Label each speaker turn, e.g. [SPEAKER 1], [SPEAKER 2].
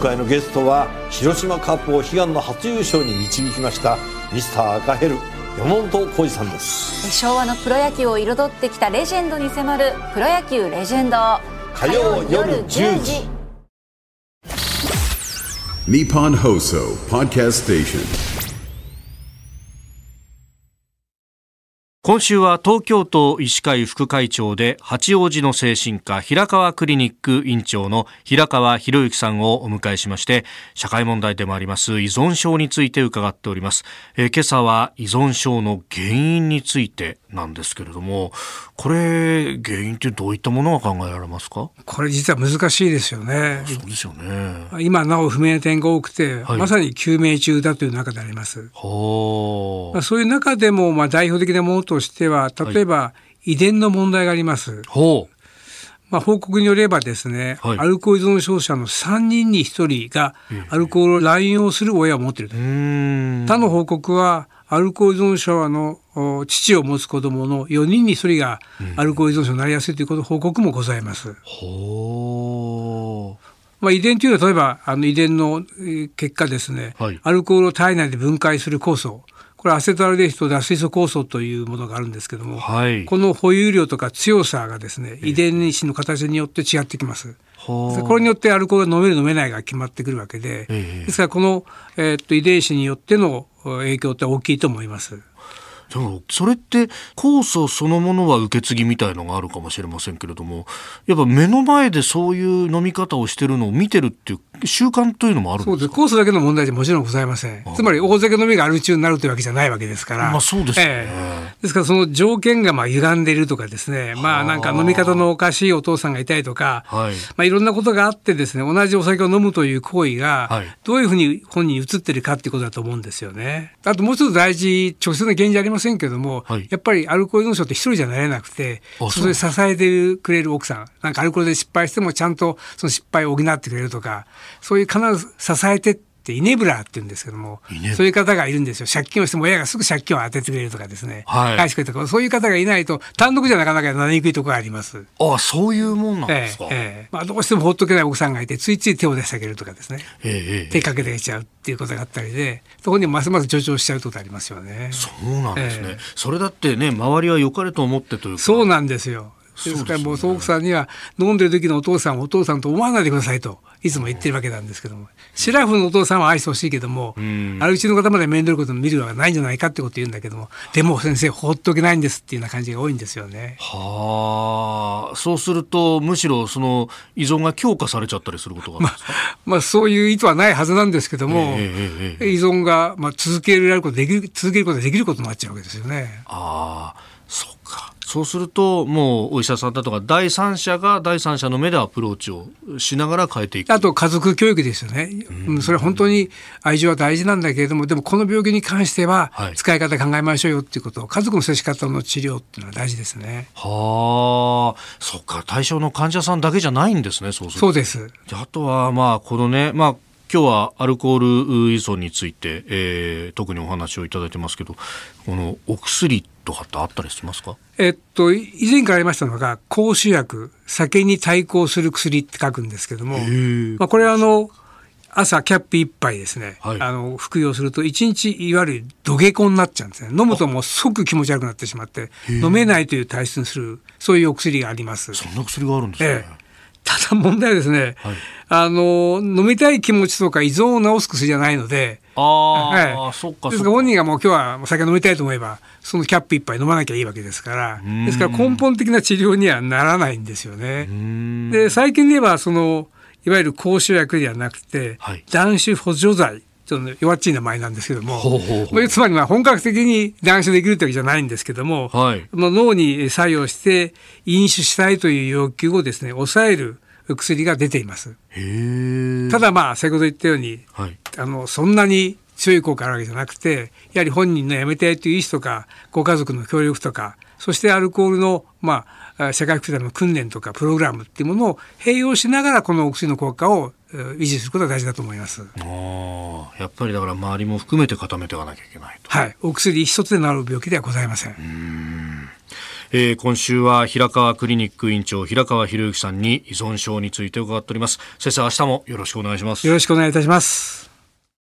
[SPEAKER 1] 回のゲストは広島カップを悲願の初優勝に導きましたミスター赤ヘル山本浩二さんです
[SPEAKER 2] 昭和のプロ野球を彩ってきたレジェンドに迫る「プロ野球レジェンド」
[SPEAKER 1] 火曜夜10時
[SPEAKER 3] ニッポン放送パドキャストステーション
[SPEAKER 4] 今週は東京都医師会副会長で八王子の精神科平川クリニック院長の平川博之さんをお迎えしまして社会問題でもあります依存症について伺っております、えー今朝は依存症の原因についてなんですけれどもこれ原因ってどういったものが考えられますか
[SPEAKER 5] これ実は難しいですよね。
[SPEAKER 4] そうですよね
[SPEAKER 5] 今なお不明な点が多くて、
[SPEAKER 4] はい
[SPEAKER 5] まさに究明中だという中であります。
[SPEAKER 4] ほ
[SPEAKER 5] ま
[SPEAKER 4] う
[SPEAKER 5] あ、そういう中でもまあ代表的なものとしては、例えば、遺伝の問題があります。
[SPEAKER 4] ほう
[SPEAKER 5] まあ、報告によればですね、
[SPEAKER 4] はい
[SPEAKER 5] アルコール依存症者の3人に1人がアルコールを乱用する親を持っていると。
[SPEAKER 4] うーん
[SPEAKER 5] 他の報告は、アルコール依存症のお父を持つ子供の4人に1人がアルコール依存症になりやすいということ報告もございます。
[SPEAKER 4] ほう
[SPEAKER 5] まあ、遺伝というのは例えばあの遺伝のえー結果ですね、
[SPEAKER 4] はい
[SPEAKER 5] アルコールを体内で分解する酵素これアセトアルデヒド脱水素酵素というものがあるんですけども、
[SPEAKER 4] はい
[SPEAKER 5] この保有量とか強さがですね遺伝子の形によって違ってきます。
[SPEAKER 4] ほう
[SPEAKER 5] これによってアルコールが飲める飲めないが決まってくるわけで、
[SPEAKER 4] ええ
[SPEAKER 5] ですからこの、えーっと遺伝子によってのえー影響って大きいと思います。
[SPEAKER 4] でもそれって酵素そのものは受け継ぎみたいのがあるかもしれませんけれどもやっぱ目の前でそういう飲み方をしてるのを見てるっていう習慣というのもあるん
[SPEAKER 5] そう
[SPEAKER 4] です
[SPEAKER 5] です
[SPEAKER 4] か
[SPEAKER 5] コースだけの問題じゃもちろんございません。つまり大酒飲みがアル中になるというわけじゃないわけですから。
[SPEAKER 4] まあそうですよね
[SPEAKER 5] ですからその条件がまあ歪んでいるとかですね、まあなんか飲み方のおかしいお父さんがいたりとか、
[SPEAKER 4] はい
[SPEAKER 5] まあいろんなことがあってですね、同じお酒を飲むという行為
[SPEAKER 4] は
[SPEAKER 5] が
[SPEAKER 4] い、
[SPEAKER 5] どういうふうに本人に移ってるかっていうことだと思うんですよね。あともう一つ大事、直接の原因じゃありませんけども、
[SPEAKER 4] はい
[SPEAKER 5] やっぱりアルコール依存症って一人じゃなれなくて、
[SPEAKER 4] あ
[SPEAKER 5] それで支えてくれる奥さん、なんかアルコールで失敗してもちゃんとその失敗を補ってくれるとか、そういう必ず支えてってイネブラーって言うんですけども
[SPEAKER 4] イネブラ、
[SPEAKER 5] そういう方がいるんですよ。借金をしても親がすぐ借金を当ててくれるとかですね。
[SPEAKER 4] はい
[SPEAKER 5] 返してくれるとか、そういう方がいないと単独じゃなかなかなりにくいところがあります。
[SPEAKER 4] ああそういうもんなんで
[SPEAKER 5] え
[SPEAKER 4] す
[SPEAKER 5] え
[SPEAKER 4] か、え
[SPEAKER 5] ええまあ、どうしても放っとけない奥さんがいて、ついつい手を出してあげるとかですね。
[SPEAKER 4] えええ
[SPEAKER 5] 手かけてきちゃうっていうことがあったりで、そこにますます助長しちゃうってことありますよね。
[SPEAKER 4] そうなんですね、
[SPEAKER 5] ええ
[SPEAKER 4] それだってね周りは良かれと思ってというか
[SPEAKER 5] そうなんですよ。
[SPEAKER 4] う
[SPEAKER 5] で
[SPEAKER 4] ですね
[SPEAKER 5] すからもうそう奥さんには飲んでる時のお父さんをお父さんと思わないでくださいといつも言ってるわけなんですけども、シラフのお父さんは愛してほしいけども、あるうちの方まで面倒なことを見るのはないんじゃないかってことを言うんだけども、でも先生放っておけないんですっていうような感じが多いんですよね。
[SPEAKER 4] はあそうするとむしろその依存が強化されちゃったりすることがあるんですか、
[SPEAKER 5] まあそういう意図はないはずなんですけども、
[SPEAKER 4] ええええええ
[SPEAKER 5] 依存がまあ続けられることできる続けることができることになっちゃうわけですよね。
[SPEAKER 4] ああそうかそうするともうお医者さんだとか第三者が第三者の目でアプローチをしながら変えていく
[SPEAKER 5] あと家族教育ですよね、うんそれは本当に愛情は大事なんだけれどもでもこの病気に関しては
[SPEAKER 4] はい
[SPEAKER 5] 使い方考えましょうよっていうことを家族の接し方の治療っていうのは大事ですね。
[SPEAKER 4] はあそっか対象の患者さんだけじゃないんですねそうすると
[SPEAKER 5] そうです
[SPEAKER 4] であとはまあこのねまあ今日はアルコール依存について、えー特にお話をいただいてますけどこのお薬とかってあったりしますか
[SPEAKER 5] えっとい以前からありましたのが抗腫薬酒に対抗する薬って書くんですけども、
[SPEAKER 4] ー
[SPEAKER 5] まあ、これはあの朝キャップ一杯ですね、
[SPEAKER 4] はい
[SPEAKER 5] あの服用すると一日いわゆる土下座になっちゃうんですね飲むともう即気持ち悪くなってしまって飲めないという体質にするそういうお薬があります。
[SPEAKER 4] そんな薬があるんですね、
[SPEAKER 5] ええ、ただ問題はですね、
[SPEAKER 4] はい
[SPEAKER 5] あの飲みたい気持ちとか依存を治す薬じゃないので、
[SPEAKER 4] ああ、そっか
[SPEAKER 5] で
[SPEAKER 4] そ
[SPEAKER 5] す
[SPEAKER 4] っ
[SPEAKER 5] から
[SPEAKER 4] か
[SPEAKER 5] 本人がもう今日はお酒飲みたいと思えばそのキャップ一杯飲まなきゃいいわけですからですから根本的な治療にはならないんですよね。で最近で言えばそのいわゆる抗腫薬ではなくて、
[SPEAKER 4] はい
[SPEAKER 5] 断酒補助剤ちょっと弱っちい名前なんですけども
[SPEAKER 4] ほうほうほう
[SPEAKER 5] まあつまりまあ本格的に断酒できるというわけじゃないんですけども、
[SPEAKER 4] はい
[SPEAKER 5] まあ脳に作用して飲酒したいという要求をですね抑える薬が出ています。
[SPEAKER 4] へえ
[SPEAKER 5] ただまあ先ほど言ったように
[SPEAKER 4] はい
[SPEAKER 5] あのそんなに強い効果があるわけじゃなくてやはり本人のやめたいという意思とかご家族の協力とかそしてアルコールの、まああ、社会福祉の訓練とかプログラムっていうものを併用しながらこのお薬の効果をえー維持することが大事だと思います。
[SPEAKER 4] ああやっぱりだから周りも含めて固めていかなきゃいけないと
[SPEAKER 5] はい、お薬一つで治る病気ではございません。
[SPEAKER 4] えー今週は平川クリニック院長平川博之さんに依存症について伺っております先生明日もよろしくお願いします
[SPEAKER 5] よろしくお願いいたします。